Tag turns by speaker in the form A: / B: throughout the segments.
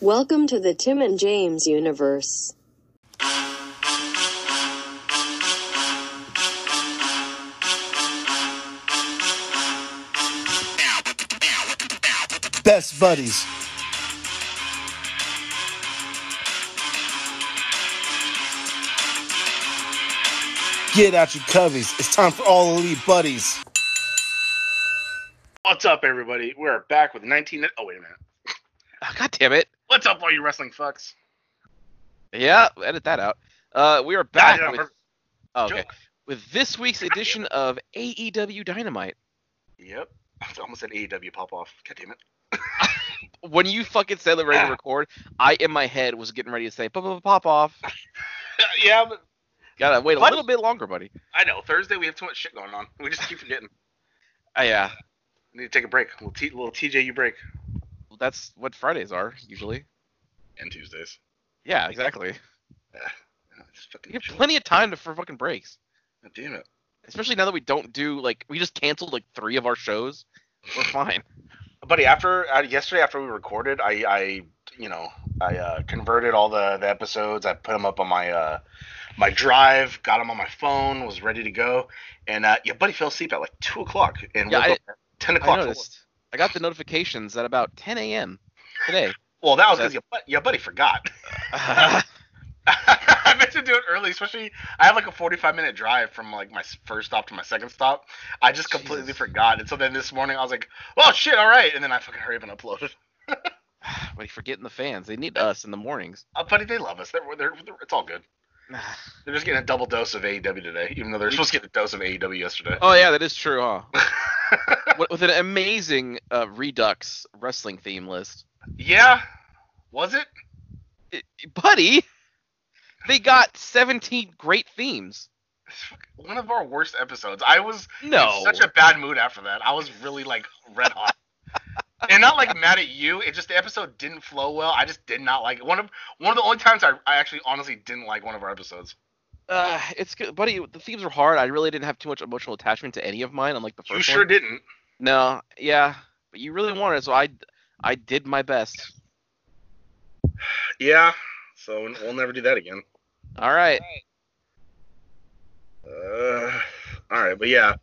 A: Welcome to the Tim and James universe.
B: Best buddies. Get out your coveys. It's time for all elite buddies.
C: What's up, everybody? We're back with 19. Oh, wait a minute.
D: Ah, God damn it.
C: What's up, all you wrestling fucks?
D: Yeah, edit that out. Uh, we are
C: Nah,
D: back
C: yeah,
D: with,
C: perfect.
D: oh, okay.
C: Joke.
D: with this week's edition of AEW Dynamite.
C: Yep. It's almost an AEW pop off. God damn it.
D: When you fucking said that we're ready to
C: Ah.
D: record, I in my head was getting ready to say pop pop pop off.
C: yeah, but
D: Gotta wait a
C: What?
D: little bit longer, buddy.
C: I know. Thursday, we have too much shit going on. We just keep forgetting.
D: Ah, yeah,
C: We need to take a break. We'll t- little TJU break.
D: that's what Fridays are usually.
C: And Tuesdays.
D: Yeah, exactly.
C: Yeah, it's fucking
D: We have
C: shit.
D: plenty of time to, for fucking breaks,
C: God damn it.
D: especially now that we don't do like we just canceled like three of our shows. We're fine.
C: Buddy, after uh, yesterday, after we recorded, I, I you know, I uh, converted all the, the episodes. I put them up on my uh, my drive, got them on my phone, was ready to go. And uh, your buddy fell asleep at like 2 o'clock. And
D: Yeah,
C: woke
D: I-
C: up at 10
D: I
C: o'clock.
D: noticed. I got the notifications at about 10 a.m. today.
C: Well, that was because
D: That's-
C: your, bu- your buddy forgot. I meant to do it early, especially I have like a 45 minute drive from like my s- first stop to my second stop. I just completely
D: Jesus.
C: forgot. And so then this morning I was like, well, shit, all right. And then I fucking hurry up and uploaded.
D: but you're forgetting the fans. They need us in the mornings.
C: Uh, buddy, they love us. They're, they're, they're- it's all good. They're just getting a double dose of AEW today, even though they're supposed to get a dose of AEW yesterday.
D: oh yeah, that is true, huh? With- With an amazing uh, Redux wrestling theme list,
C: yeah. Was it?
D: I- buddy. They got 17 great themes.
C: It's fuck- One of our worst episodes. I was
D: No,
C: in such a bad mood after that. I was really like red hot. and not like mad at you. It just the episode didn't flow well. I just did not like it. One of one of the only times I, I actually honestly didn't like one of our episodes.
D: uh, it's good, buddy. The themes were hard. I really didn't have too much emotional attachment to any of mine. Unlike the first
C: You sure
D: one.
C: didn't.
D: No, yeah, but you really wanted, it, so I, I did my best.
C: Yeah. So we'll never do that again.
D: All right.
C: Uh, all right, but yeah.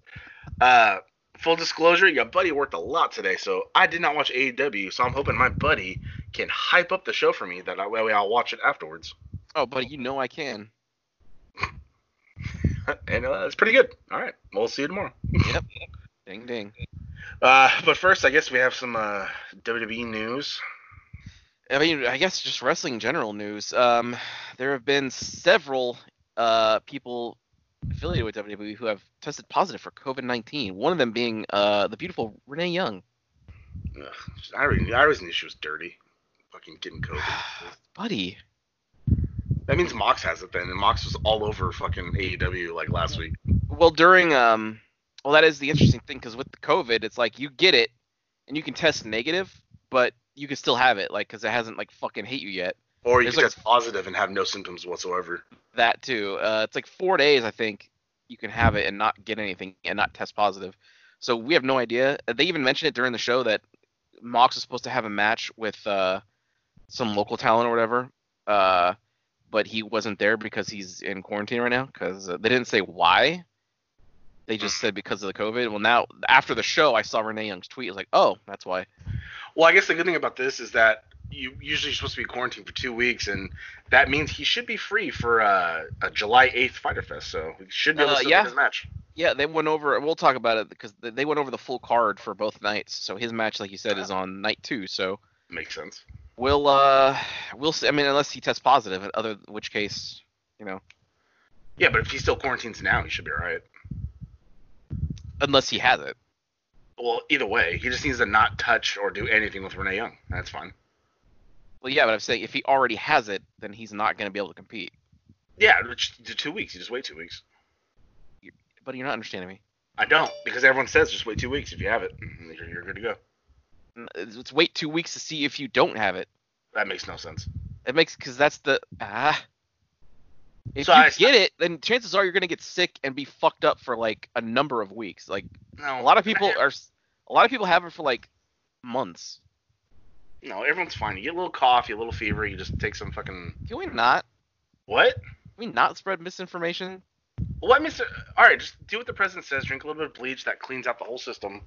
C: Uh, full disclosure, your buddy worked a lot today, so I did not watch AEW. So I'm hoping my buddy can hype up the show for me. That way I'll watch it afterwards.
D: Oh, buddy, you know I can.
C: and uh, it's pretty good. All right, we'll see you tomorrow.
D: Ding ding.
C: Uh, but first, I guess we have some uh, WWE news.
D: I mean, I guess just wrestling general news. Um, there have been several uh, people affiliated with WWE who have tested positive for COVID-19. One of them being uh, the beautiful Renee Young.
C: Ugh, I already, I always knew she was dirty. Fucking getting COVID.
D: Buddy,
C: that means Mox has it then, and Mox was all over fucking AEW like last week.
D: well, during um, well, that is the interesting thing because with the COVID, it's like you get it and you can test negative, but you can still have it, like because it hasn't like fucking hit you yet.
C: Or you
D: There's
C: could
D: like-
C: test positive and have no symptoms whatsoever.
D: That too. Uh, it's like four days, I think, you can have it and not get anything and not test positive. So we have no idea. Uh, They even mentioned it during the show that Mox was supposed to have a match with uh, some local talent or whatever, uh, but he wasn't there because he's in quarantine right now. Because uh, they didn't say why. They just said because of the COVID. Well, now after the show, I saw Renee Young's tweet. I was like, oh, that's why.
C: Well, I guess the good thing about this is that you usually you're supposed to be quarantined for two weeks, and that means he should be free for uh, a July 8th Fighter Fest. So we should be able
D: Uh,
C: to still
D: yeah.
C: get his match.
D: Yeah, they went over. We'll talk about it because they they went over the full card for both nights. So his match, like you said, is on night two. So
C: Makes sense.
D: We'll uh, we'll see. I mean, unless he tests positive, in other which case, you know,
C: Yeah, but if he still quarantines now, he should be all right.
D: unless he has it.
C: Well, either way, he just needs to not touch or do anything with Renee Young. That's fine.
D: Well, yeah, but I'm saying if he already has it, then he's not going to be able to compete.
C: Yeah, just do two weeks. You just wait two weeks.
D: But you're not understanding me.
C: I don't because everyone says just wait two weeks if you have it, and you're, you're good to go.
D: N- Let's wait two weeks to see if you don't have it.
C: That makes no sense.
D: It makes because that's the ah. If
C: So
D: you
C: I-
D: get it, then chances are you're going to get sick and be fucked up for like a number of weeks. Like
C: No,
D: a lot of people are, s- a lot of people have it for like months.
C: No, everyone's fine. You get a little cough, you get a little fever, you just take some fucking
D: Can we not?
C: what?
D: Can we not spread misinformation?
C: What, Mister? All right, just do what the president says. Drink a little bit of bleach. That cleans out the whole system.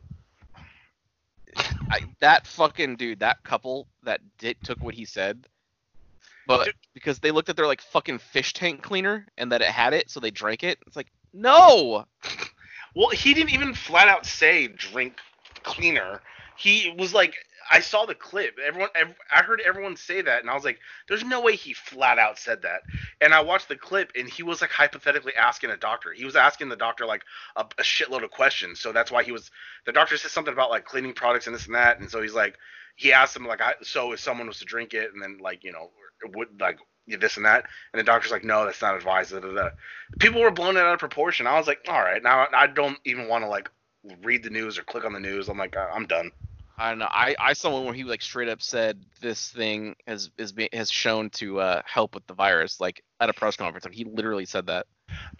D: I, that fucking dude, that couple that did took what he said, but
C: Dude.
D: because they looked at their like fucking fish tank cleaner and that it had it, so they drank it. It's like no,
C: Well, he didn't even flat out say drink cleaner. He was like, I saw the clip. Everyone, ev- I heard everyone say that, and I was like, there's no way he flat out said that. And I watched the clip, and he was like hypothetically asking a doctor. He was asking the doctor like a, a shitload of questions. So that's why he was. The doctor said something about like cleaning products and this and that, and so he's like, he asked him like, I, so if someone was to drink it, and then like you know, would like this and that, and the doctor's like, no, that's not advised. Da, da, da people were blowing it out of proportion. I was like, all right, now I don't even want to like read the news or click on the news. I'm like, I- I'm done.
D: I don't know. I, I saw one where he like straight up said this thing has is be, has shown to uh, help with the virus, like at a press conference. Like, he literally said that.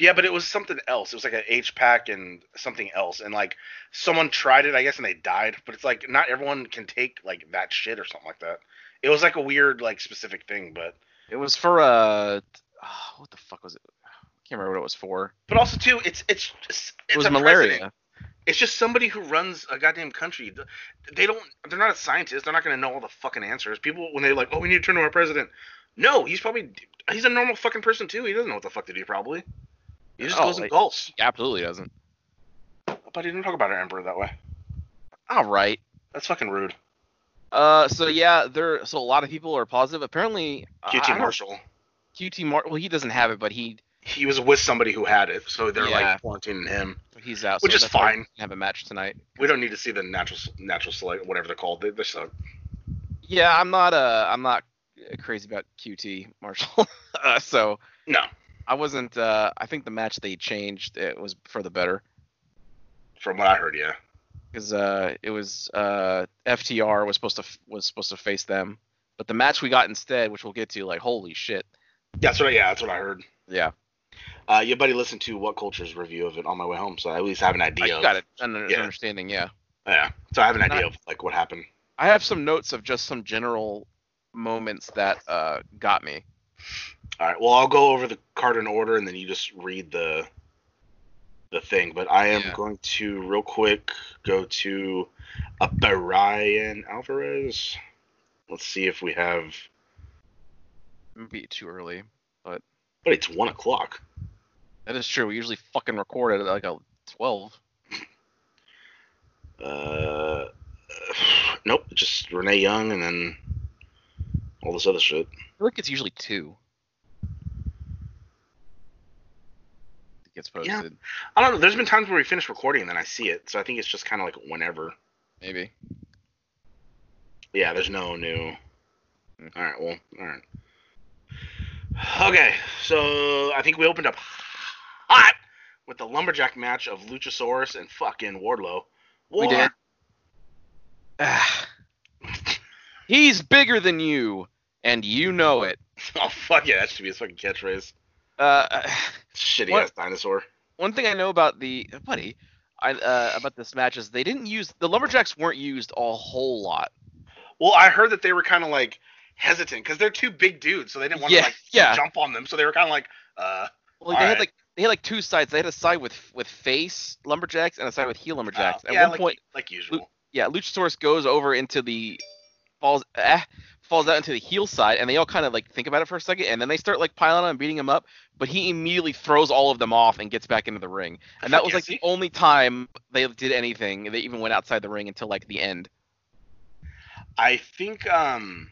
C: Yeah, but it was something else. It was like an H pack and something else, and like someone tried it, I guess, and they died. But it's like not everyone can take like that shit or something like that. It was like a weird like specific thing, but
D: It was for uh, ah, what the fuck was it? I can't remember what it was for.
C: but also too, it's it's it's,
D: It
C: it's
D: was
C: a
D: malaria.
C: president. It's just somebody who runs a goddamn country. Th- They don't. They're not a scientist. They're not going to know all the fucking answers. People when they're like, "Oh, we need to turn to our president." No, he's probably he's a normal fucking person too. He doesn't know what the fuck to do. Probably. He just
D: Oh,
C: goes and
D: like-
C: gulps.
D: He absolutely doesn't.
C: But he didn't talk about our emperor that way.
D: All right.
C: That's fucking rude.
D: Uh, so yeah, there. So a lot of people are positive. Apparently, I- Uh, I
C: QT
D: don't-
C: Marshall.
D: QT Mar. Well, he doesn't have it, but he
C: He was with somebody who had it, so they're
D: Yeah.
C: like quarantining him.
D: he's out.
C: Which
D: so
C: is
D: that's why we
C: fine.
D: didn't Have a match tonight.
C: We don't need to see the natural natural select whatever they're called. They, they suck.
D: Yeah, I'm not. Uh, I'm not crazy about QT Marshall. uh, so.
C: No,
D: I wasn't. Uh, I think the match they changed it was for the better
C: from what I heard, yeah.
D: because uh, it was uh, FTR was supposed to f- was supposed to face them, but the match we got instead, which we'll get to, like holy shit,
C: That's what. I, yeah, that's what I heard.
D: yeah,
C: Uh, your buddy listened to What Culture's review of it on my way home, so I at least have an
D: I
C: idea. of-
D: Oh, got it. An, an
C: uh, yeah.
D: understanding, yeah.
C: Yeah. So I have an
D: Not-
C: idea of like what happened.
D: I have some notes of just some general moments that uh, got me.
C: All right. Well, I'll go over the card in order, and then you just read the the thing. But I am
D: Yeah.
C: going to real quick go to a Brian Alvarez. Let's see if we have.
D: Maybe too early.
C: But it's one o'clock.
D: That is true. We usually fucking record at like a twelve.
C: Uh, nope. Just Renee Young, and then all this other shit.
D: I feel like it's usually two. It gets posted.
C: Yeah. I don't know. There's been times where we finish recording, and then I see it. So I think it's just kind of like whenever.
D: Maybe.
C: Yeah, there's no new.
D: Mm.
C: All right, well, all right. Okay, so I think we opened up hot with the lumberjack match of Luchasaurus and fucking Wardlow.
D: We did. Ah. He's bigger than you, and you know it.
C: Oh fuck yeah, that should be his fucking catchphrase.
D: Uh,
C: Shitty
D: What?
C: ass dinosaur.
D: one thing I know about the buddy, I, uh, about this match is they didn't use the lumberjacks weren't used a whole lot.
C: Well, I heard that they were kind of like hesitant because they're two big dudes, so they didn't want to
D: Yeah,
C: like
D: yeah.
C: jump on them. So they were kind of like, uh,
D: Well, they had
C: Alright.
D: like they had like two sides. They had a side with with face lumberjacks and a side with heel lumberjacks.
C: uh,
D: At
C: yeah,
D: one
C: like,
D: point,
C: like usual.
D: yeah, Luchasaurus goes over into the falls eh, falls out into the heel side, and they all kind of like think about it for a second, and then they start like piling on and beating him up. But he immediately throws all of them off and gets back into the ring, and that
C: Fuck
D: was
C: yeah,
D: like
C: see?
D: the only time they did anything. They even went outside the ring until like the end.
C: I think um,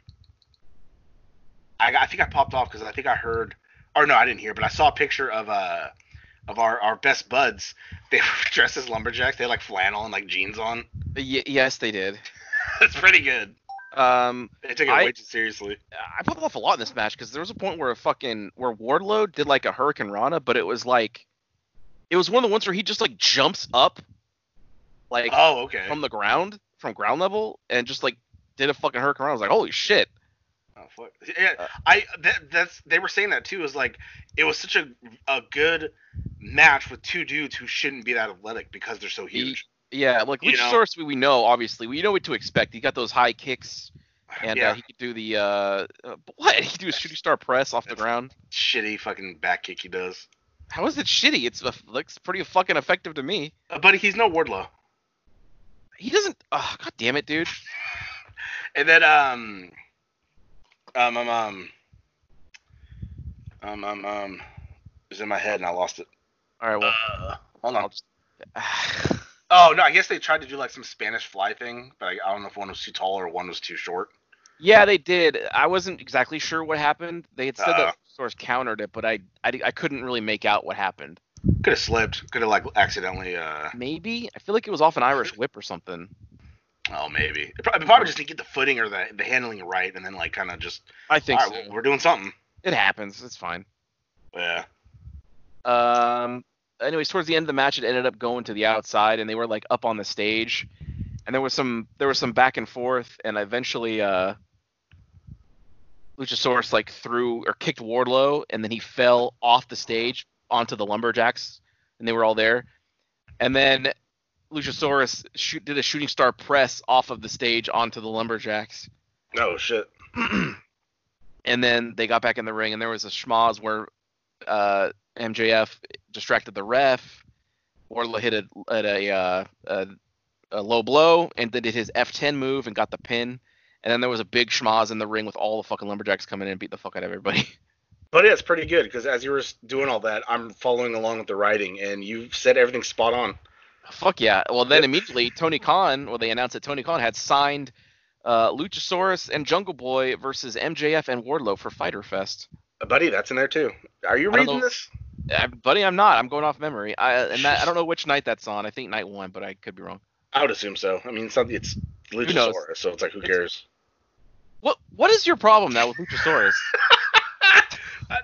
C: I, I think I popped off because I think I heard, or no, I didn't hear, but I saw a picture of uh of our our best buds. They were dressed as lumberjacks. They had like flannel and like jeans on.
D: Y- yes, they did.
C: That's pretty good.
D: Um,
C: They took it
D: I-
C: way too seriously.
D: I popped off a lot in this match because there was a point where a fucking where Wardlow did like a Hurricane Rana, but it was like it was one of the ones where he just like jumps up, like
C: oh, okay.
D: from the ground, from ground level, and just like did a fucking hurricane. around. I was like, holy shit.
C: Oh, fuck.
D: Uh,
C: Yeah, I that, that's they were saying that too. Is like it was such a a good match with two dudes who shouldn't be that athletic because they're so
D: He-
C: huge.
D: Yeah, like
C: You know?
D: Luchasaurus, we, we know obviously, we know what to expect. He got those high kicks and
C: Yeah.
D: uh, he could do the uh, uh, what he could do a shooting star press off the ground.
C: Shitty fucking back kick he does.
D: How is it shitty? It's it looks pretty fucking effective to me.
C: Uh, buddy, he's no Wardlow.
D: He doesn't. Oh, God damn it, dude.
C: And then um um um um um um, um it was in my head and I lost it.
D: All right, well,
C: Uh, hold on.
D: I'll just. Ah,
C: Oh no, I guess they tried to do like some Spanish fly thing, but I, I don't know if one was too tall or one was too short.
D: yeah, they did. I wasn't exactly sure what happened. They had said
C: Uh.
D: that source countered it, but I, I I couldn't really make out what happened.
C: Could have slipped. Could have like accidentally. uh
D: Maybe I feel like it was off an Irish whip or something.
C: Oh maybe. It probably, probably just didn't get the footing or the, the handling right, and then like kind of just.
D: I
C: All
D: think
C: right,
D: so.
C: well, we're doing something.
D: It happens. It's fine.
C: Yeah.
D: Um. Anyways, towards the end of the match, it ended up going to the outside, and they were like up on the stage, and there was some there was some back and forth, and eventually, uh, Luchasaurus like threw or kicked Wardlow, and then he fell off the stage onto the lumberjacks, and they were all there, and then Luchasaurus shoot, did a shooting star press off of the stage onto the lumberjacks,
C: Oh shit.
D: and then they got back in the ring, and there was a schmoz where uh, MJF distracted the ref. Wardlow hit a, at a, uh, a, a low blow and then did his F10 move and got the pin. And then there was a big schmoz in the ring with all the fucking lumberjacks coming in and beat the fuck out of everybody.
C: But yeah, it's pretty good because as you were s- doing all that, I'm following along with the writing, and you said everything spot on.
D: Fuck yeah. Well, then immediately Tony Khan, well, they announced that Tony Khan had signed uh, Luchasaurus and Jungle Boy versus MJF and Wardlow for Fighter Fest.
C: Uh, buddy, that's in there too. Are you
D: I don't
C: reading
D: know.
C: this?
D: Uh, buddy, I'm not. I'm going off memory. I and that, I don't know which night that's on. I think night one, but I could be wrong.
C: I would assume so. I mean, something it's
D: knows?
C: Luchasaurus, so it's like who
D: It's-
C: cares?
D: What What is your problem now with Luchasaurus?
C: I,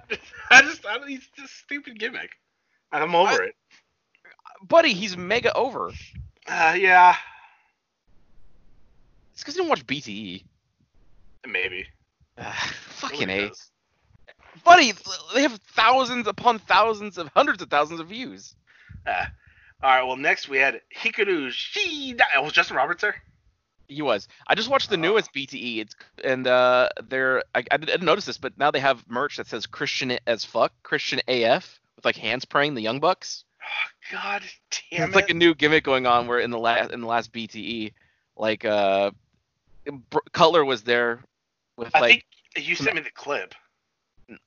C: I just, I, he's just a stupid gimmick. And I'm over it.
D: Buddy, he's mega over. It's
C: Uh, yeah,
D: because he didn't watch BTE.
C: maybe.
D: Ah, fucking
C: Nobody
D: A.
C: knows.
D: Buddy, they have thousands upon thousands of hundreds of thousands of views.
C: Uh, all right. Well, next we had Hikaru Shida. Oh, was Justin Roberts there?
D: He was. I just watched the
C: Ah.
D: newest BTE. It's and uh, they're I, I didn't notice this, but now they have merch that says Christian as fuck, Christian AF, with like hands praying the Young Bucks.
C: Oh, God damn
D: it's
C: it!
D: like a new gimmick going on where in the last in the last BTE, like uh, Br- Cutler was there with
C: I
D: like
C: think you sent me the clip.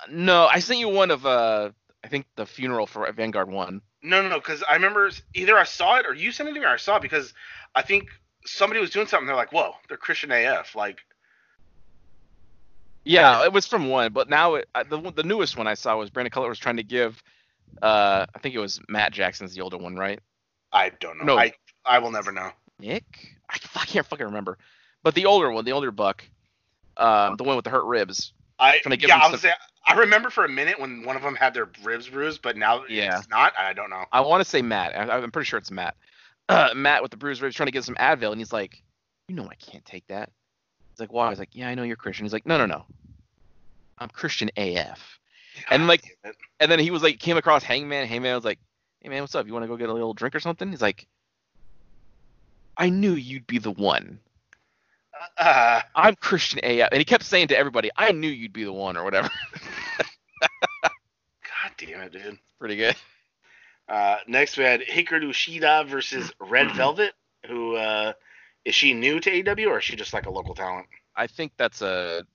D: No, I sent you one of uh I think the funeral for Vanguard one.
C: No, no, no, because I remember s- either I saw it or you sent it to me or I saw it because I think somebody was doing something. They're like, whoa, they're Christian AF. Like,
D: Yeah, it was from one, but now it, I, the one- the newest one I saw was Brandon Cutler was trying to give uh I think it was Matt Jackson's the older one, right?
C: I don't know.
D: No.
C: I, I will never know.
D: Nick? I, f- I can't fucking remember. But the older one, the older buck, um, the one with the hurt ribs.
C: I,
D: Trying to give
C: yeah,
D: them
C: I, was
D: some-
C: say, I remember for a minute when one of them had their ribs bruised, but now
D: Yeah.
C: it's not. I don't know.
D: I want to say Matt. I, I'm pretty sure it's Matt. Uh, Matt with the bruised ribs trying to give some Advil, and he's like, "You know I can't take that." He's like, "Why?" He's like, "Yeah, I know you're Christian." He's like, "No, no, no, I'm Christian AF." And, like,
C: damn it.
D: And then he was like, came across Hangman. Hangman was like, "Hey man, what's up? You want to go get a little drink or something?" He's like, "I knew you'd be the one.
C: uh,
D: I'm Christian AF." And he kept saying to everybody, "I knew you'd be the one" or whatever.
C: God damn it, dude.
D: Pretty good.
C: Uh, next, we had Hikaru Shida versus Red Velvet, who uh, is she new to AEW or is she just like a local talent?
D: I think that's a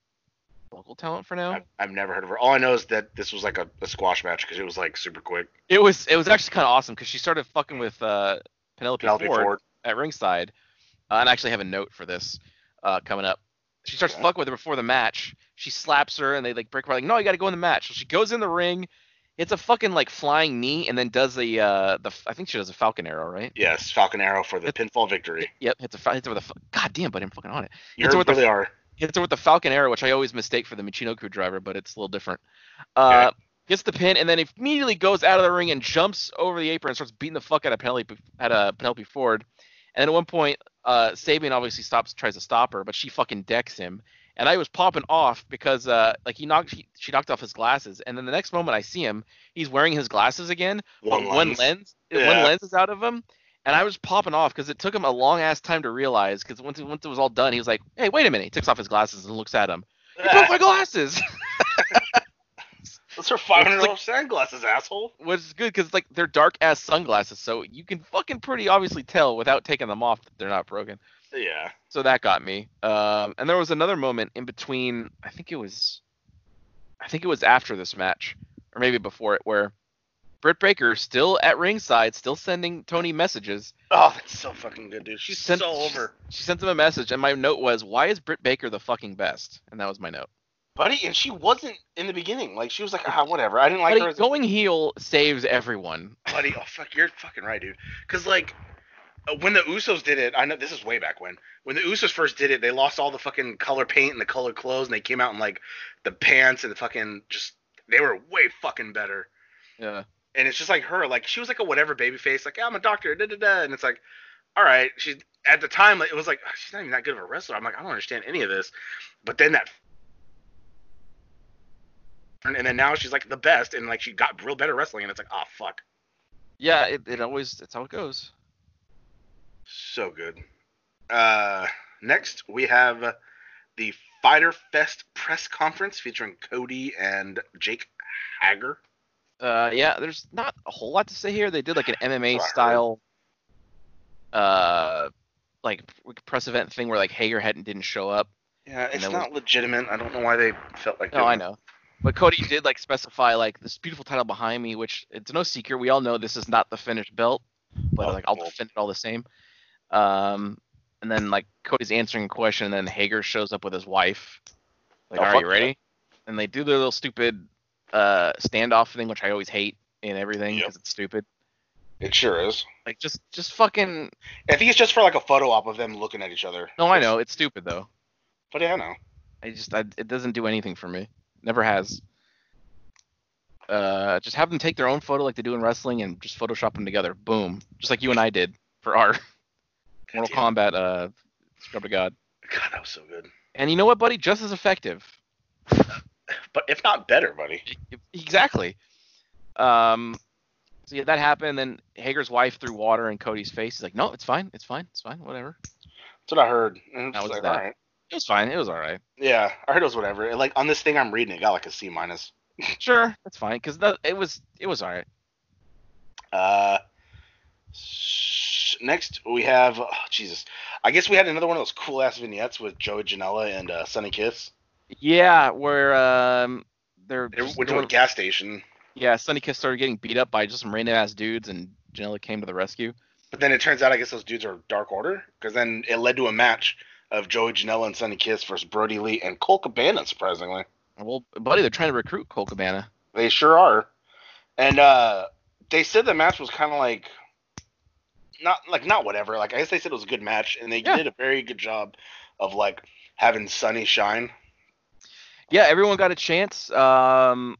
D: local talent for now.
C: I've, I've never heard of her. All I know is that this was like a, a squash match because it was like super quick.
D: It was it was actually kind of awesome because she started fucking with uh, Penelope,
C: Penelope
D: Ford,
C: Ford.
D: at ringside. Uh, and I actually have a note for this uh, coming up. She starts
C: Okay.
D: fucking with her before the match. She slaps her and they like break her like, no, you got to go in the match. So she goes in the ring. It's a fucking like flying knee and then does the uh the I think she does a Falcon Arrow right?
C: Yes, Falcon Arrow for the pinfall victory.
D: Yep, hits a fa- hits her with a fa- god damn, but I'm fucking on it.
C: You
D: It's what the-
C: really are.
D: Hits her with the Falcon Arrow, which I always mistake for the Michino Crew driver, but it's a little different. Uh, Gets the pin and then immediately goes out of the ring and jumps over the apron and starts beating the fuck out of Penelope out of Penelope Ford. And then at one point, uh, Sabian obviously stops, tries to stop her, but she fucking decks him. And I was popping off because uh, like he knocked, he, she knocked off his glasses. And then the next moment I see him, he's wearing his glasses again, but
C: One
D: one
C: lens.
D: lens,
C: Yeah.
D: one lens is out of him. And I was popping off because it took him a long ass time to realize. Because once, once it was all done, he was like, "Hey, wait a minute!" He takes off his glasses and looks at him. You broke my glasses,
C: Those are five hundred dollars sunglasses, asshole.
D: which is good because like they're dark ass sunglasses, so you can fucking pretty obviously tell without taking them off that they're not broken.
C: Yeah.
D: so that got me. Um, and there was another moment in between. I think it was, I think it was after this match, or maybe before it, where Britt Baker still at ringside, still sending Tony messages.
C: Oh, that's so fucking good, dude. She's
D: Sent-
C: so over,
D: She sent him a message, and my note was, "Why is Britt Baker the fucking best?" And that was my note.
C: buddy. And she wasn't in the beginning. Like she was like, ah, whatever. I didn't like
D: Buddy,
C: her as a
D: going heel saves everyone.
C: buddy. Oh fuck, you're fucking right, dude. Because like uh, when the Usos did it, I know this is way back when. When the Usos first did it, they lost all the fucking color paint and the color clothes, and they came out in like the pants and the fucking just. They were way fucking better.
D: Yeah.
C: and it's just like her like she was like a whatever baby face like yeah, i'm a doctor da da da and it's like all right she's at the time like, it was like "Oh, she's not even that good of a wrestler i'm like i don't understand any of this but then that and then now she's like the best and like she got real better wrestling and it's like oh fuck
D: Yeah, it, it always it's how it goes.
C: so good uh next we have the fighter fest press conference featuring cody and jake hager
D: Uh, yeah, there's not a whole lot to say here. They did like an MMA
C: Right.
D: style, uh, like press event thing where like Hager hadn't didn't show up.
C: yeah
D: it's
C: it's
D: not
C: not legitimate i don't know why they felt like
D: No, Oh, I know, but Cody did like specify like this beautiful title behind me, which it's no secret. We all know this is not the finished belt, but
C: Oh,
D: like I'll
C: cool.
D: defend it all the same. Um, and then like Cody's answering a question, and then Hager shows up with his wife. Like,
C: Oh,
D: are
C: fuck
D: you ready? And they do their little stupid uh standoff thing, which I always hate in everything
C: Yep.
D: because it's stupid.
C: it sure is
D: Like just just fucking
C: I think it's just for like a photo op of them looking at each other.
D: No, I know it's stupid though.
C: But yeah, I know.
D: I just I, it doesn't do anything for me. Never has. Uh, just have them take their own photo like they do in wrestling and just Photoshop them together. Boom, just like you and I did for our Mortal
C: God,
D: Kombat. Uh, scrub to God.
C: that was so good.
D: And you know what, buddy? Just as effective.
C: But if not better, buddy.
D: Exactly. Um, so yeah, that happened. Then Hager's wife threw water in Cody's face. He's like, "No, it's fine. It's fine. It's fine. Whatever.
C: That's what I heard. And
D: That
C: it's
D: was
C: like,
D: that.
C: alright.
D: It was fine. It was all right."
C: Yeah, I heard it was whatever. And, like on this thing I'm reading, it got like a C minus.
D: Sure, that's fine because that it was it was all right.
C: Uh, sh- next we have oh, Jesus. I guess we had another one of those cool ass vignettes with Joey Janela and uh, Sunny Kiss.
D: Yeah, where um they're,
C: They
D: just
C: went to a
D: doing-
C: gas station,
D: yeah, Sunny Kiss started getting beat up by just some random ass dudes, and Janela came to the rescue.
C: but then it turns out I guess those dudes are Dark Order because then it led to a match of Joey Janela and Sunny Kiss versus Brody Lee and Cole Cabana, surprisingly.
D: Well, buddy, they're trying to recruit Cole Cabana.
C: They sure are. And uh, they said the match was kind of like not like not whatever. Like I guess they said it was a good match, and they
D: Yeah.
C: did a very good job of like having Sunny shine.
D: Yeah, everyone got a chance. Um,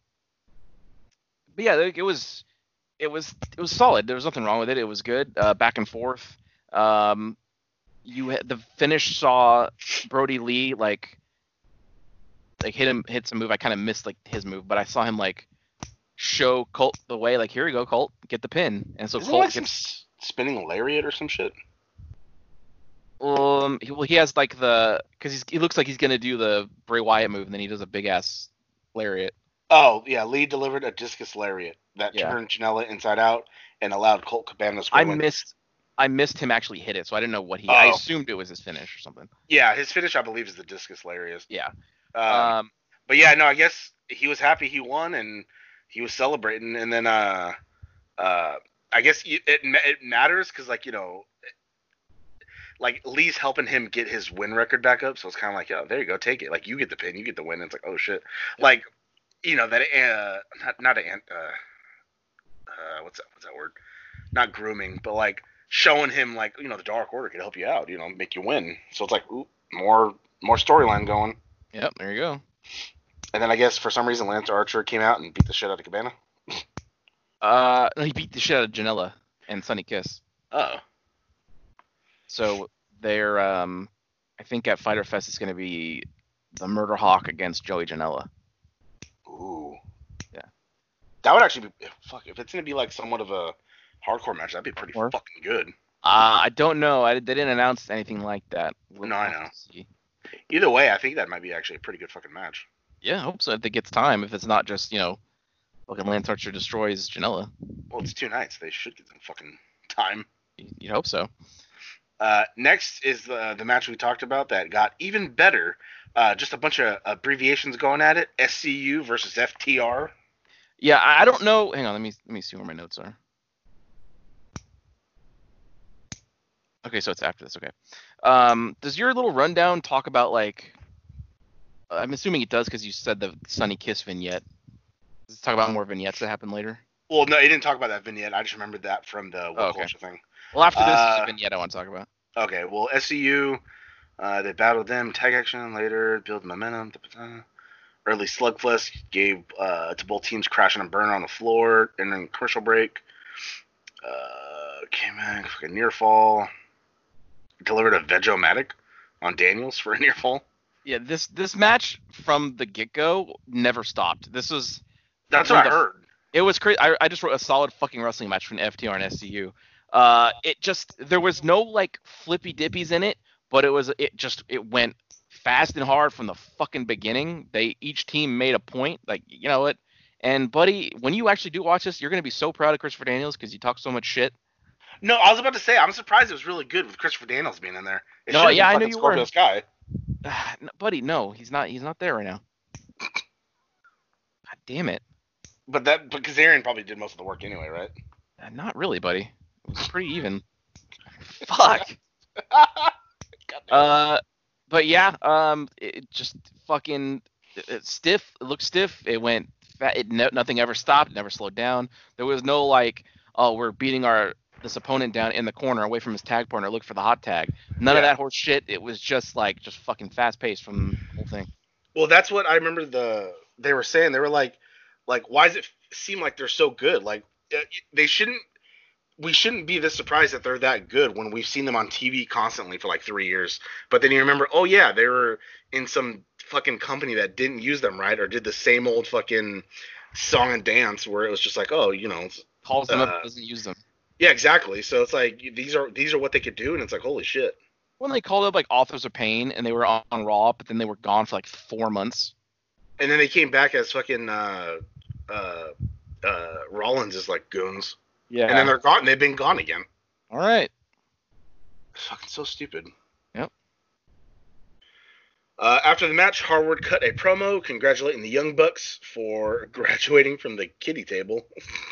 D: but yeah, like, it was it was it was solid. There was nothing wrong with it. It was good. Uh, back and forth. Um, you had, the finish saw Brody Lee like like hit him hit some move. I kind of missed like his move, but I saw him like show Colt the way. Like here you go, Colt, get the pin. And so
C: Isn't it
D: Colt
C: like some
D: gets
C: s- spinning lariat or some shit?
D: um he, well he has like the because he's he looks like he's gonna do the Bray Wyatt move, and then he does a big ass lariat.
C: Oh yeah, Lee delivered a discus lariat that
D: Yeah.
C: turned Janela inside out and allowed Colt Cabana to score.
D: I
C: a win.
D: missed I missed him actually hit it, so I didn't know what he. I
C: Oh.
D: assumed it was his finish or something.
C: yeah, his finish I believe is the discus lariat.
D: Yeah.
C: Uh,
D: Um,
C: but yeah, no, I guess he was happy he won and he was celebrating. And then, uh, uh, I guess you- it ma- it matters because like you know, like Lee's helping him get his win record back up, so it's kind of like, oh, there you go, take it. Like you get the pin, you get the win. It's like, oh shit, like you know that uh, not not an uh, uh, what's that what's that word? Not grooming, but like showing him like you know the Dark Order could help you out, you know, make you win. So it's like, ooh, more more storyline going.
D: yep. There you go.
C: And then I guess for some reason Lance Archer came out and beat the shit out of Cabana.
D: Uh, no, he beat the shit out of Janela and Sunny Kiss.
C: Oh.
D: So they're um, I think at Fighter Fest it's gonna be the Murder Hawk against Joey Janela.
C: Ooh.
D: Yeah.
C: That would actually be fuck if it's gonna be like somewhat of a hardcore match. That'd be pretty
D: Or-
C: fucking good.
D: Uh, I don't know. I, they didn't announce anything like that.
C: No, I
D: have
C: know.
D: to see.
C: Either way, I think that might be actually a pretty good fucking match.
D: Yeah, I hope so. If it gets time, if it's not just you know, fucking Lance Archer destroys Janela,
C: Well, it's two nights. They should get some fucking time.
D: you you'd hope so.
C: Uh, next is the the match we talked about that got even better. Uh, just a bunch of abbreviations going at it. SCU versus FTR.
D: Yeah, I, I don't know. Hang on, let me let me see where my notes are. Okay, so it's after this. Okay. Um, does your little rundown talk about like? I'm assuming it does because you said the Sunny Kiss vignette. Does it talk about more vignettes that happen later?
C: Well, no, he didn't talk about that vignette. I just remembered that from the World
D: Oh, okay.
C: Culture thing.
D: Well, after this is
C: Uh,
D: a vignette I want to talk about.
C: Okay, well, SCU, uh, they battled them. Tag action later, build momentum. da, da, da. Early slugfest gave uh, to both teams crashing and burning on the floor, and then commercial break. Uh, came back for a near fall. Delivered a veg-o-matic on Daniels for a near fall.
D: Yeah, this this match from the get go never stopped. This was
C: That's what I
D: Wonderful.
C: heard.
D: It was crazy. I, I just wrote a solid fucking wrestling match from FTR and SCU. Uh, it just there was no like flippy dippies in it, but it was it just it went fast and hard from the fucking beginning. They each team made a point, like you know what. And buddy, when you actually do watch this, you're gonna be so proud of Christopher Daniels because you talk so much shit.
C: No, I was about to say I'm surprised it was really good with Christopher Daniels being in there. It
D: No,
C: should've
D: yeah,
C: been
D: I knew
C: fucking
D: you were.
C: Scorpio Sky.
D: No, buddy, no, he's not. He's not there right now. God damn it.
C: But that but Kazarian probably did most of the work anyway, right?
D: Uh, Not really, buddy. It was pretty even. Fuck. Uh, but yeah, um, it it just fucking it, it stiff. It looked stiff. It went. Fat, it no, nothing ever stopped. It never slowed down. There was no like, oh, we're beating our this opponent down in the corner away from his tag partner. Look for the hot tag. None of
C: Yeah.
D: that horse shit. It was just like just fucking fast paced from the whole thing.
C: Well, that's what I remember the they were saying. They were like, like, why does it seem like they're so good? Like, uh, they shouldn't. We shouldn't be this surprised that they're that good when we've seen them on TV constantly for like three years. But then you remember, oh yeah, they were in some fucking company that didn't use them right or did the same old fucking song and dance where it was just like, oh, you know, it's-
D: Calls them
C: Uh,
D: up, doesn't use them.
C: yeah, exactly. So it's like these are these are what they could do, and it's like holy shit.
D: When they called up like authors of pain and they were on, on Raw, but then they were gone for like four months.
C: And then they came back as fucking uh, uh, uh, Rollins is like goons.
D: Yeah.
C: And then they're gone. They've been gone again.
D: All right.
C: Fucking so stupid.
D: Yep.
C: Uh, after the match, Harwood cut a promo congratulating the Young Bucks for graduating from the kitty table.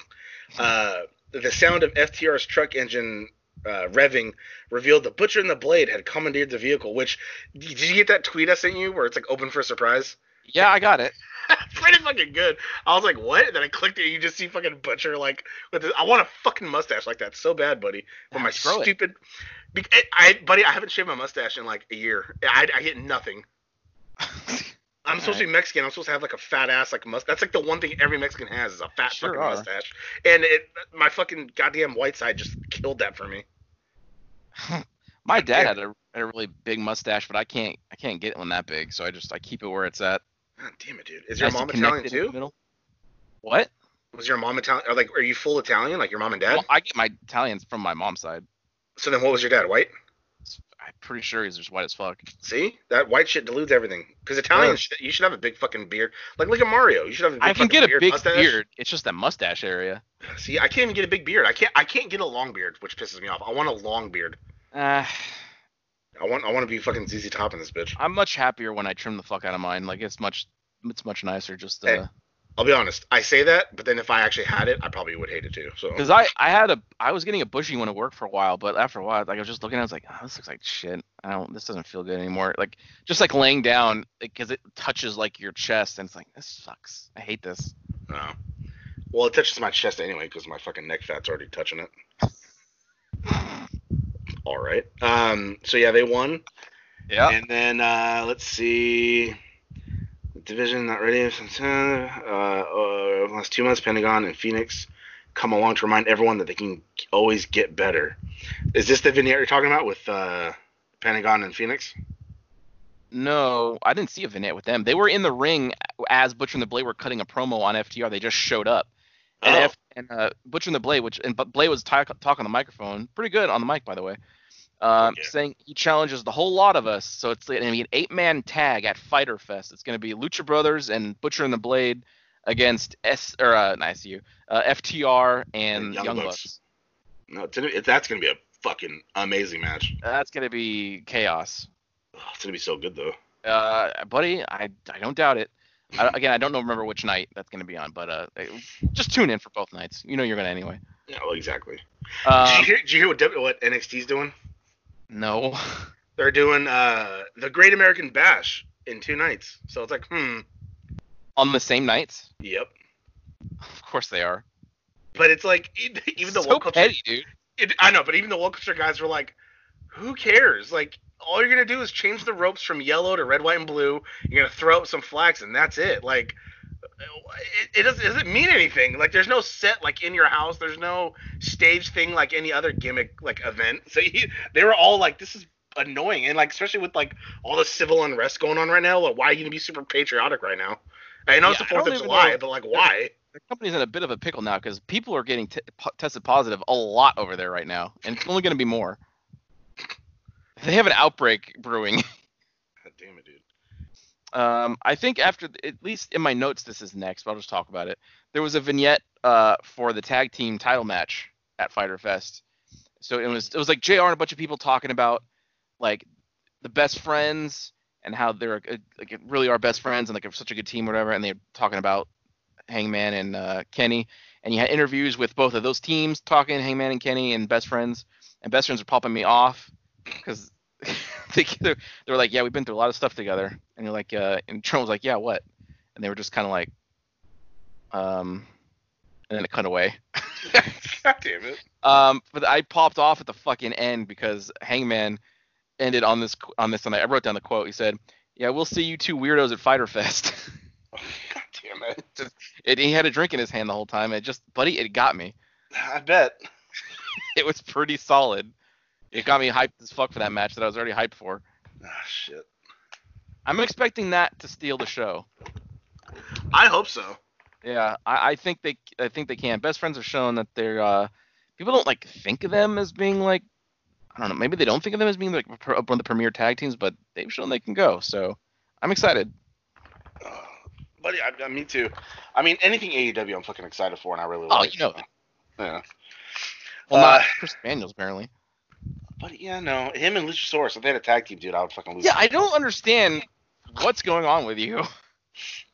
C: uh, the sound of FTR's truck engine uh, revving revealed the Butcher and the Blade had commandeered the vehicle. Which did you get that tweet I sent you where it's like open for a surprise?
D: Yeah, I got it.
C: Pretty fucking good. I was like, what? And then I clicked it. And you just see fucking Butcher like with. His, I want a fucking mustache like that so bad, buddy. But my
D: Grow it.
C: stupid, be- I, I- buddy, I haven't shaved my mustache in like a year. I, I get nothing. I'm supposed to be Mexican. I'm supposed to have like a fat ass like must. That's like the one thing every Mexican has is a fat
D: Sure
C: fucking
D: are.
C: mustache. And it, my fucking goddamn white side just killed that for me.
D: My dad
C: Yeah.
D: had a, had a really big mustache, but I can't I can't get one that big, so I just I keep it where it's at.
C: God damn it, dude. Is your
D: Nice
C: mom
D: and
C: Italian
D: connected in the
C: too?
D: middle. What?
C: Was your mom Italian? Or like, are you full Italian like your mom and dad?
D: Well, I get my Italians from my mom's side.
C: so then, what was your dad? White.
D: I'm pretty sure he's just white as fuck.
C: See that white shit dilutes everything. Because Italians, shit- you should have a big fucking beard. Like look at Mario. You should have a big
D: I can
C: fucking
D: get a big
C: mustache.
D: beard. It's just that mustache area.
C: See, I can't even get a big beard. I can't. I can't get a long beard, which pisses me off. I want a long beard.
D: Uh,
C: I want. I want to be fucking ZZ Top in this bitch.
D: I'm much happier when I trim the fuck out of mine. Like it's much it's much nicer just
C: Hey.
D: uh
C: I'll be honest. I say that, but then if I actually had it, I probably would hate it too. So
D: because I I had a I was getting a bushy one at work for a while, but after a while, like I was just looking, at it, I was like, oh, this looks like shit. I don't, this doesn't feel good anymore. Like just like laying down because it touches like your chest, and it's like this sucks. I hate this.
C: no. Well, it touches my chest anyway because my fucking neck fat's already touching it. All right. Um. So yeah, they won.
D: Yeah.
C: And then uh, let's see. Division not ready. Uh, uh, last two months, Pentagon and Phoenix come along to remind everyone that they can always get better. Is this the vignette you're talking about with uh, Pentagon and Phoenix?
D: No, I didn't see a vignette with them. They were in the ring as Butcher and the Blade were cutting a promo on FTR. They just showed up, And,
C: Oh.
D: if, and uh, Butcher and the Blade, which and but Blade was talk, talk on the microphone, pretty good on the mic, by the way. Um,
C: Yeah.
D: Saying he challenges the whole lot of us, so it's going to be an eight-man tag at Fighter Fest. It's going to be Lucha Brothers and Butcher and the Blade against S or uh, not SU, uh, FTR and
C: And
D: Young,
C: Young
D: Bucks.
C: Bucks. No, it's gonna- that's gonna be a fucking amazing match.
D: That's going to be chaos,
C: Ugh, it's gonna be so good though.
D: uh, buddy. I, I don't doubt it. I, again, I don't know remember which night that's going to be on, but uh, just tune in for both nights. You know you're going to anyway.
C: Yeah, well, exactly. did,
D: Um,
C: you hear, did you hear what, W- what NXT's doing?
D: no.
C: They're doing uh, the Great American Bash in two nights. So it's like, hmm,
D: on the same nights?
C: yep.
D: Of course they are.
C: But it's like e- even the
D: so
C: woke culture.
D: petty, dude.
C: It, I know, but even the woke culture guys were like, who cares? Like all you're gonna do is change the ropes from yellow to red, white, and blue. You're gonna throw up some flags, and that's it. Like. It, it, doesn't, it doesn't mean anything. Like, there's no set like in your house. There's no stage thing like any other gimmick like event. So you, they were all like, "This is annoying," and like especially with like all the civil unrest going on right now. Like, why are you gonna be super patriotic right now? I know it's the
D: Yeah, I don't
C: Fourth of
D: even
C: July,
D: know.
C: but like, why?
D: The company's in a bit of a pickle now because people are getting t- po- tested positive a lot over there right now, and it's only going to be more. They have an outbreak brewing.
C: God damn it, dude.
D: Um, I think after, at least in my notes, this is next, but I'll just talk about it. There was a vignette uh, for the tag team title match at Fighter Fest. So it was it was like Jr. and a bunch of people talking about like the best friends and how they're uh, like really are best friends and like are such a good team, or whatever. And they're talking about Hangman and uh, Kenny. And you had interviews with both of those teams talking Hangman and Kenny and best friends. And best friends are popping me off because they, they're they were like, yeah, we've been through a lot of stuff together. And you're like, uh, and Trump was like, yeah, what? And they were just kind of like, um, and then it cut away.
C: God damn it.
D: Um, but I popped off at the fucking end because Hangman ended on this qu- on this, and I wrote down the quote. He said, "Yeah, we'll see you two weirdos at Fighter Fest."
C: God damn it.
D: it, he had a drink in his hand the whole time. It just, buddy, it got me.
C: I bet.
D: It was pretty solid. It got me hyped as fuck for that match that I was already hyped for.
C: Ah, shit.
D: I'm expecting that to steal the show.
C: I hope so.
D: Yeah, I, I think they I think they can. Best friends have shown that they're uh, people don't like think of them as being like I don't know maybe they don't think of them as being like pr- one of the premier tag teams, but they've shown they can go. So I'm excited.
C: Uh, buddy, I, I, me too. I mean, anything AEW, I'm fucking excited for, and I really
D: Oh,
C: like.
D: you know it.
C: Yeah.
D: Well,
C: Uh,
D: not Chris Daniels apparently.
C: But yeah, no, him and Luchasaurus, if they had a tag team, dude, I would fucking lose.
D: Yeah, I don't understand what's going on with you.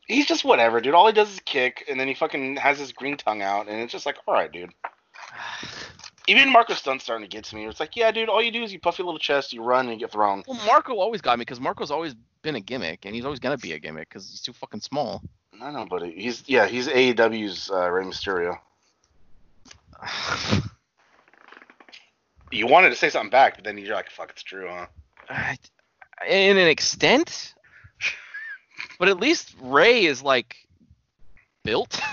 C: He's just whatever, dude. All he does is kick, and then he fucking has his green tongue out, and it's just like, all right, dude. Even Marco Stunt's starting to get to me. It's like, yeah, dude, all you do is you puff your little chest, you run, and you get thrown.
D: well, Marco always got me because Marco's always been a gimmick and he's always gonna be a gimmick because he's too fucking small.
C: I know, buddy. He's yeah, he's AEW's uh, Rey Mysterio. You wanted to say something back, but then you're like, fuck, it's true, huh?
D: I- Uh, in an extent, but at least Ray is like built.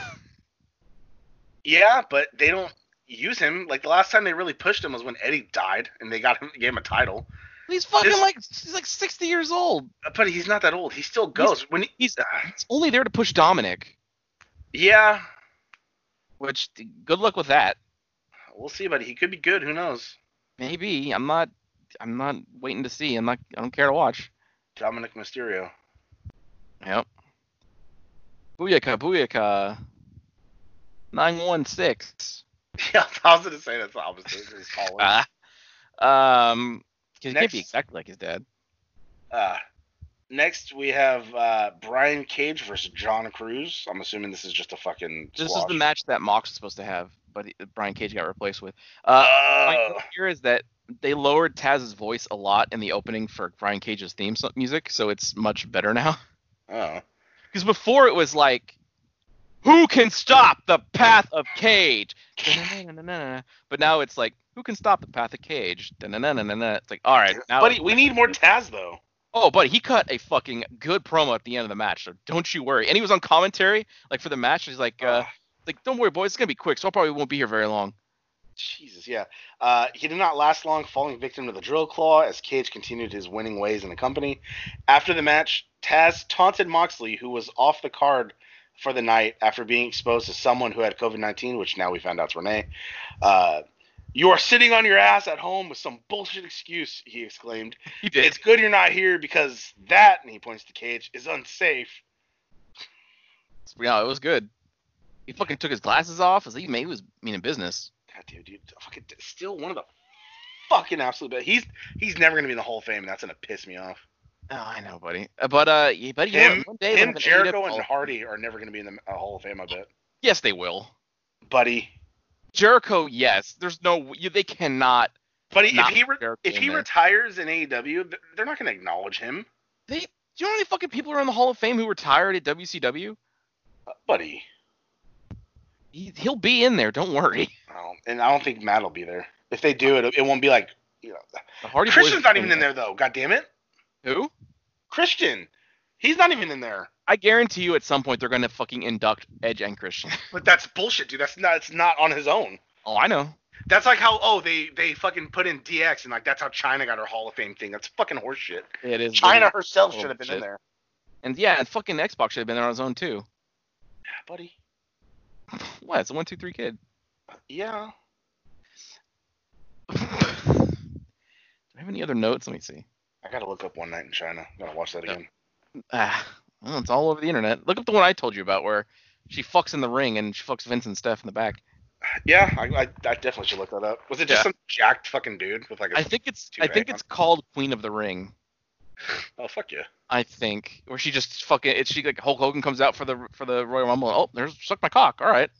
C: Yeah, but they don't use him. Like the last time they really pushed him was when Eddie died, and they got him gave him a title.
D: he's fucking
C: This-
D: like he's like 60 years old.
C: Uh, But he's not that old. He still goes when he, he's. Uh,
D: It's only there to push Dominic,
C: yeah,
D: which good luck with that.
C: we'll see. But he could be good. Who knows?
D: Maybe I'm not I'm not waiting to see. I'm not I don't care to watch.
C: Dominic Mysterio.
D: Yep. Booyaka booyaka. 916.
C: Yeah, I was gonna say that's the opposite. He's calling. Uh,
D: Ah. Um 'cause he can't
C: Next.
D: be exactly like his dad.
C: Uh, next we have uh, Brian Cage versus John Cruz. I'm assuming this is just a fucking.
D: This is
C: squash.
D: the match that Mox was supposed to have, but he- Brian Cage got replaced with. Uh, my
C: Oh,
D: note here is that they lowered Taz's voice a lot in the opening for Brian Cage's theme so- music, so it's much better now.
C: oh.
D: Because before it was like, "Who can stop the path of Cage?" Da-na-na-na-na-na. But now it's like, "Who can stop the path of Cage?" Da-na-na-na-na. It's like, all right, now.
C: buddy, we need more Taz though.
D: oh, buddy, he cut a fucking good promo at the end of the match, so don't you worry. And he was on commentary, like for the match. He's like, uh,
C: Ugh.
D: like, don't worry, boys, it's gonna be quick, so I probably won't be here very long.
C: Jesus, yeah. Uh, he did not last long, falling victim to the drill claw as Cage continued his winning ways in the company. After the match, Taz taunted Moxley, who was off the card for the night after being exposed to someone who had COVID 19, which now we found out's Renee. Uh, you are sitting on your ass at home with some bullshit excuse, he exclaimed.
D: He did.
C: It's good you're not here because that, and he points to Cage, is unsafe.
D: yeah, it was good. He fucking took his glasses off. As he maybe was meaning business.
C: God damn, dude, fucking still one of the fucking absolute best. He's he's never gonna be in the Hall of Fame, and that's gonna piss me off.
D: Oh, I know, buddy. Uh, But uh, yeah, buddy, you know
C: Him-
D: what? one day they'll
C: Him,
D: have an
C: Jericho,
D: AEW
C: and Hardy are never gonna be in the uh, Hall of Fame, I bet.
D: Yes, they will.
C: Buddy,
D: Jericho, yes. There's no. You, they cannot.
C: buddy, if
D: Not
C: he re-
D: Jericho
C: if
D: in
C: he
D: there.
C: retires in AEW, th- they're not gonna acknowledge him,
D: They. Do you know how many fucking people are in the Hall of Fame who retired at WCW?
C: Uh, buddy.
D: He, he'll be in there. Don't worry.
C: Oh, and I don't think Matt will be there. If they do it, it won't be like you know.
D: The Hardy
C: Christian's
D: Boys-
C: not even in there though. God damn it,
D: Who?
C: Christian, he's not even in there.
D: I guarantee you, at some point, they're gonna fucking induct Edge and Christian.
C: But that's bullshit, dude. That's not. It's not on his own.
D: oh, I know.
C: That's like how oh they they fucking put in DX and like that's how China got her Hall of Fame thing. That's fucking horseshit.
D: It is.
C: China
D: literally-
C: herself
D: oh,
C: should have been
D: shit.
C: in there.
D: And yeah, and fucking Xbox should have been there on his own too.
C: Yeah, buddy.
D: What? It's a one, two, three kid.
C: Yeah.
D: Do I have any other notes? Let me see.
C: I gotta look up one night in China. I gotta watch that
D: Yeah.
C: again.
D: Ah, well, it's all over the internet. Look up the one I told you about where she fucks in the ring and she fucks Vince and Steph in the back.
C: Yeah, I, I, I definitely should look that up. Was it just
D: Yeah.
C: some jacked fucking dude with like a
D: I think it's
C: Too
D: I think
C: bad.
D: it's called Queen of the Ring.
C: oh fuck yeah.
D: I think where she just fucking it's she like Hulk Hogan comes out for the for the Royal Rumble. And, oh, there's suck my cock. All right.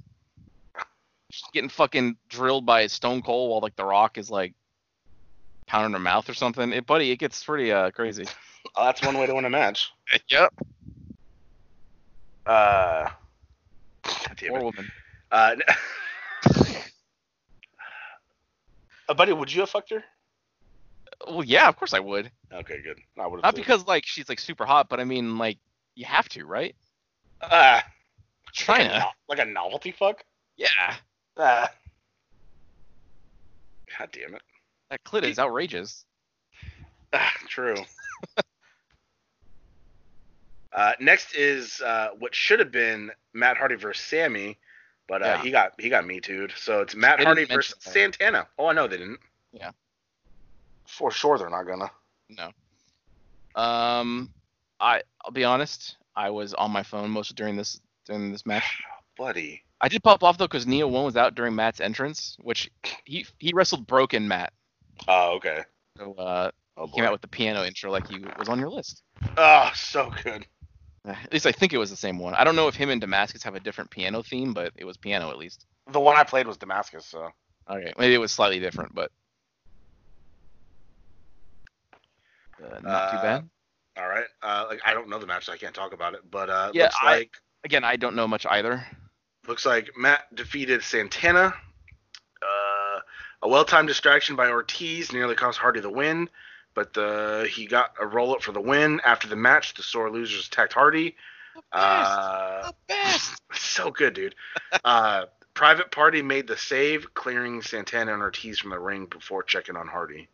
D: She's getting fucking drilled by Stone Cold while like The Rock is like pounding her mouth or something. It, buddy, it gets pretty uh crazy.
C: Oh, that's one way to win a match.
D: yep.
C: Uh. God damn
D: Or
C: it.
D: woman.
C: Uh, uh, buddy, would you have fucked her?
D: Well, yeah, of course I would.
C: Okay, good. I would
D: Not because like she's like super hot, but I mean like you have to, right?
C: uh, like, a
D: China.
C: no- like a novelty fuck.
D: Yeah.
C: Uh, God damn it.
D: That clit is outrageous.
C: Ah, true. uh, next is uh, what should have been Matt Hardy versus Sammy, but uh,
D: Yeah.
C: he got he got me too'd. So it's Matt
D: They didn't
C: Hardy
D: mention
C: versus
D: that.
C: Santana. Oh, I know they didn't.
D: Yeah.
C: For sure they're not gonna.
D: No. Um, I I'll be honest. I was on my phone most during this during this match.
C: Buddy.
D: I did pop off though because Neo One was out during Matt's entrance, which he he wrestled broken Matt.
C: Oh, okay.
D: So uh,
C: Oh,
D: he came out with the piano intro like he was on your list.
C: Oh, so good.
D: At least I think it was the same one. I don't know if him and Damascus have a different piano theme, but it was piano at least.
C: The one I played was Damascus, so.
D: Okay, maybe it was slightly different, but uh, not too
C: Uh,
D: bad.
C: All right. Uh, like I don't know the match, so I can't talk about it. But uh,
D: Yeah,
C: looks
D: I-
C: like
D: Again, I don't know much either.
C: looks like Matt defeated Santana. Uh, a well-timed distraction by Ortiz nearly cost Hardy the win, but uh he got a roll-up for the win. After the match, the sore losers attacked Hardy. Uh,
D: the best.
C: so good, dude. Uh, Private Party made the save, clearing Santana and Ortiz from the ring before checking on Hardy.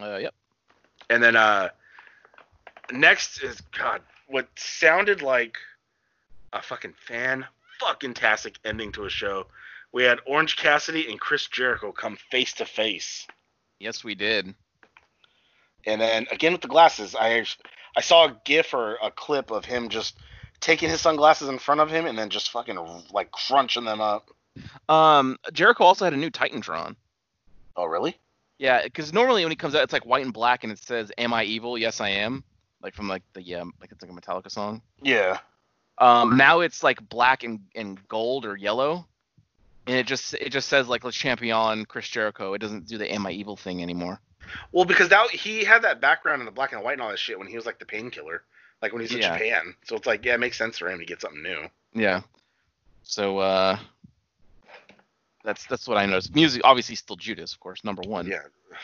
D: Uh, yep.
C: And then uh next is God, what sounded like a fucking fan fucking tastic ending to a show. We had Orange Cassidy and Chris Jericho come face to face.
D: Yes, we did.
C: And then again with the glasses, I I saw a gif or a clip of him just taking his sunglasses in front of him and then just fucking like crunching them up.
D: Um, Jericho also had a new Titantron.
C: Oh really?
D: Yeah, because normally when he comes out, it's like white and black, and it says "Am I evil? Yes, I am." Like from like the yeah, like it's like a Metallica song.
C: Yeah.
D: Um, now it's like black and, and gold or yellow, and it just it just says like "Let's champion Chris Jericho." It doesn't do the "Am I evil?" thing anymore.
C: Well, because that he had that background in the black and white and all that shit when he was like the painkiller, like when he's in
D: Yeah.
C: Japan. So it's like, yeah, it makes sense for him to get something new.
D: Yeah. So uh, that's that's what I noticed. Music obviously still Judas, of course, number one.
C: Yeah,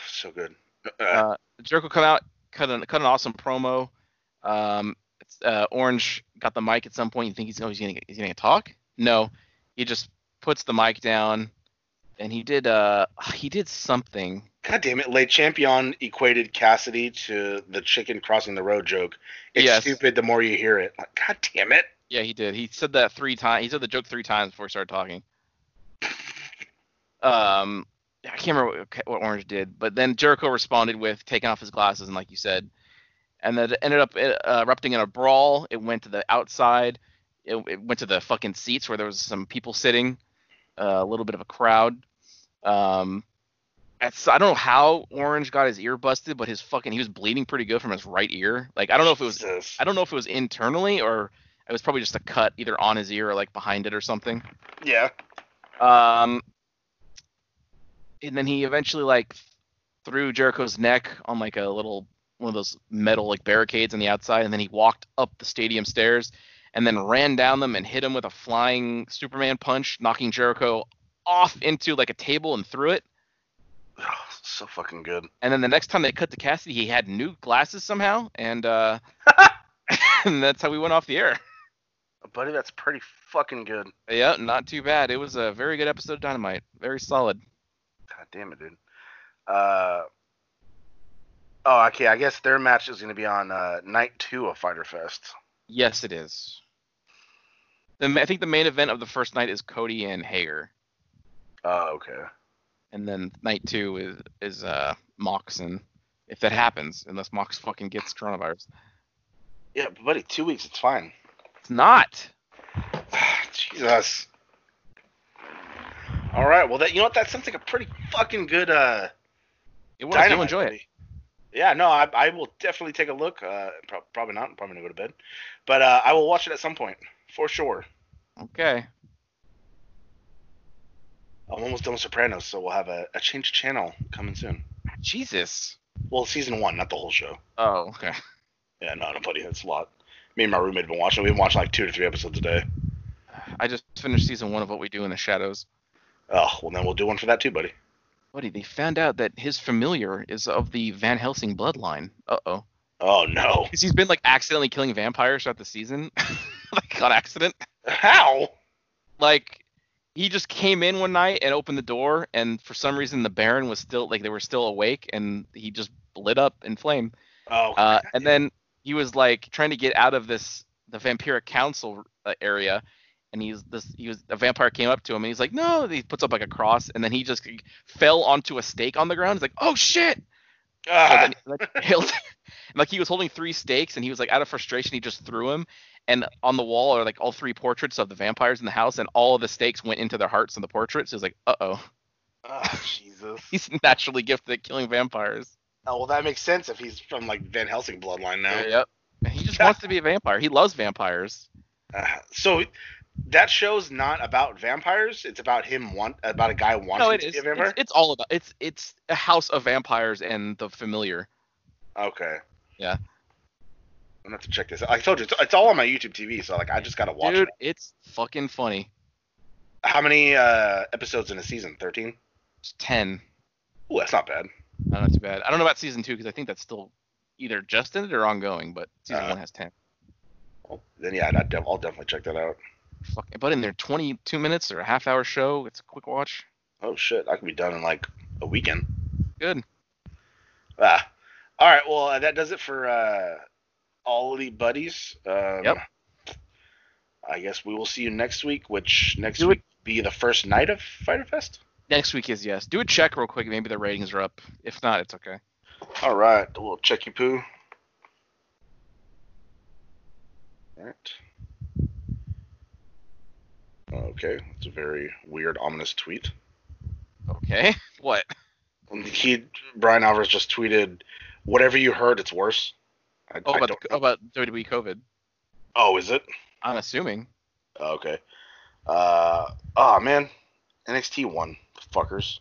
C: so good. Uh,
D: uh, Jericho come out, cut an, cut an awesome promo. Um, it's, uh, Orange got the mic at some point. You think he's, oh, he's gonna he's gonna talk? No, he just puts the mic down, and he did uh he did something.
C: God damn it, late champion equated Cassidy to the chicken crossing the road joke. It's
D: Yes.
C: stupid the more you hear it. Like, God damn it.
D: Yeah, he did. He said that three times. He said the joke three times before he started talking. Um, I can't remember what, what Orange did, but then Jericho responded with taking off his glasses and, like you said, and that ended up uh, erupting in a brawl. It went to the outside. It, it went to the fucking seats where there was some people sitting, uh, a little bit of a crowd. Um, that's- I don't know how Orange got his ear busted, but his fucking he was bleeding pretty good from his right ear. Like I don't know if it was
C: Jesus.
D: I don't know if it was internally or it was probably just a cut either on his ear or like behind it or something.
C: Yeah.
D: Um, and then he eventually like threw Jericho's neck on like a little one of those metal like barricades on the outside, and then he walked up the stadium stairs and then ran down them and hit him with a flying Superman punch, knocking Jericho off into like a table and threw it.
C: Ugh, so fucking good.
D: And then the next time they cut to Cassidy, he had new glasses somehow, and uh, and that's how we went off the air.
C: Buddy, that's pretty fucking good.
D: Yeah, not too bad. It was a very good episode of Dynamite. Very solid.
C: God damn it, dude. Uh, oh, okay. I guess their match is going to be on uh, night two of Fighter Fest.
D: Yes, it is. The, ma- I think the main event of the first night is Cody and Hager,
C: Oh, okay.
D: and then night two is is uh, Mox and if that happens, unless Mox fucking gets coronavirus,
C: Yeah, but buddy, two weeks, it's fine.
D: it's not.
C: Jesus. All right. Well, that you know what? That sounds like a pretty fucking good. Uh,
D: It was.
C: Dynamite,
D: You'll enjoy it.
C: buddy. Yeah, no, I, I will definitely take a look. Uh, pro- probably not. I'm probably gonna go to bed, but uh, I will watch it at some point for sure.
D: Okay.
C: I'm almost done with Sopranos, so we'll have a, a change of channel coming soon.
D: Jesus.
C: Well, season one, not the whole show.
D: Oh, okay.
C: Yeah, no, no, buddy, that's a lot. Me and my roommate have been watching. We've been watching like two to three episodes a day.
D: I just finished season one of What We Do in the Shadows.
C: Oh, well, then we'll do one for that too, buddy.
D: Buddy, they found out that his familiar is of the Van Helsing bloodline. Uh oh.
C: Oh no,
D: Because he's been like accidentally killing vampires throughout the season, like on accident.
C: how?
D: Like he just came in one night and opened the door, and for some reason the Baron was still like they were still awake, and he just lit up in flame.
C: Oh,
D: Uh, and then he was like trying to get out of this the vampiric council uh, area, and he's this he was a vampire came up to him and he's like no, he puts up like a cross, and then he just like, fell onto a stake on the ground. He's like oh shit, so
C: Ah,
D: then, like, he'll- like, he was holding three stakes, and he was like out of frustration, he just threw him. And on the wall are like all three portraits of the vampires in the house, and all of the stakes went into their hearts in the portraits. So it was like, uh oh,
C: ah, Jesus.
D: he's naturally gifted at killing vampires.
C: Oh, well, that makes sense if he's from like Van Helsing bloodline now.
D: Yep. And he just wants to be a vampire. He loves vampires.
C: Uh, so that show's not about vampires. It's about him want about a guy wanting
D: No, it
C: to
D: is.
C: be a
D: It's,
C: vampire.
D: it's all about it's it's a house of vampires and the familiar.
C: Okay.
D: Yeah.
C: I'm gonna have to check this out. I told you it's, it's all on my YouTube TV, so like I just gotta watch
D: Dude,
C: it.
D: it's fucking funny.
C: How many uh, episodes in a season? Thirteen.
D: It's ten.
C: Ooh, that's not bad.
D: No, not too bad. I don't know about season two because I think that's still either just ended or ongoing, but season
C: Uh,
D: one has ten.
C: Well, then yeah, I'd, I'd def- I'll definitely check that out.
D: Fuck, but in their 22 minutes or a half hour show, it's a quick watch.
C: Oh shit, I could be done in like a weekend.
D: Good.
C: Ah. All right. Well, uh, that does it for uh, all the buddies. Um,
D: Yep.
C: I guess we will see you next week, which next
D: Do it.
C: week be the first night of Fighter Fest.
D: Next week is yes. Do a check real quick. Maybe the ratings are up. If not, it's okay.
C: All right. We'll check you poo. All right. Okay, it's a very weird, ominous tweet.
D: Okay. What?
C: He, Brian Alvarez just tweeted, "Whatever you heard, it's worse." I,
D: Oh,
C: I
D: about,
C: don't
D: the, about WWE COVID.
C: Oh, is it?
D: I'm assuming.
C: Oh, okay. Uh, oh man, NXT won, fuckers.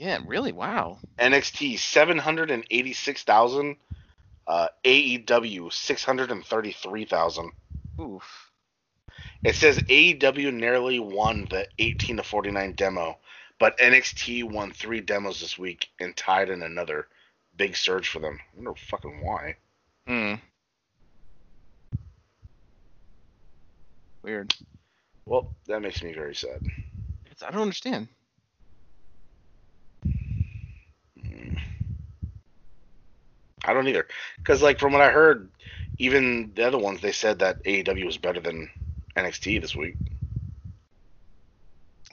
D: Yeah, really? Wow.
C: NXT seven hundred and eighty-six thousand. Uh, AEW six hundred and thirty-three thousand.
D: Oof.
C: It says AEW nearly won the eighteen to forty-nine demo, but NXT won three demos this week and tied in another. Big surge for them. I wonder fucking why.
D: Hmm. Weird.
C: Well, that makes me very sad.
D: It's, I don't understand.
C: Mm. I don't either. Because, like, from what I heard, even the other ones, they said that AEW E was better than NXT this week.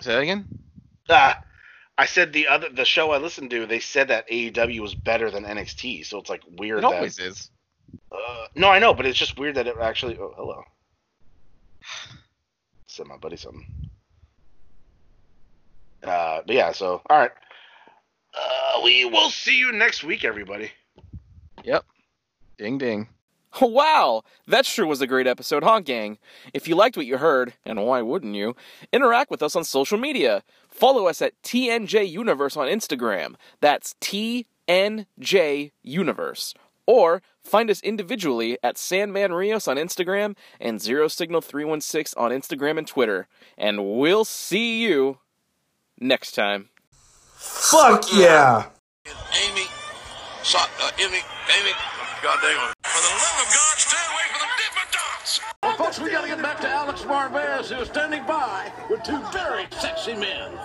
D: Say that again.
C: Ah, I said the other the show I listened to. They said that AEW was better than NXT, so it's like weird.
D: It
C: that,
D: always is.
C: Uh, no, I know, but it's just weird that it actually. Oh, hello. Send my buddy something. Uh, but yeah, so all right. Uh, we will see you next week, everybody.
D: Ding ding.
E: Wow, that sure was a great episode, huh, gang? If you liked what you heard, and why wouldn't you, interact with us on social media. Follow us at TNJ Universe on Instagram. That's TNJ Universe. Or find us individually at Sandman Rios on Instagram and Zero Signal 316 on Instagram and Twitter. And we'll see you next time.
B: Fuck yeah!
F: Amy, shot, uh, Amy, Amy, God damn it. For the love of God, stay away from the dipperdons! Well, folks, we gotta get back to Alex Marvez, who's standing by with two very sexy men.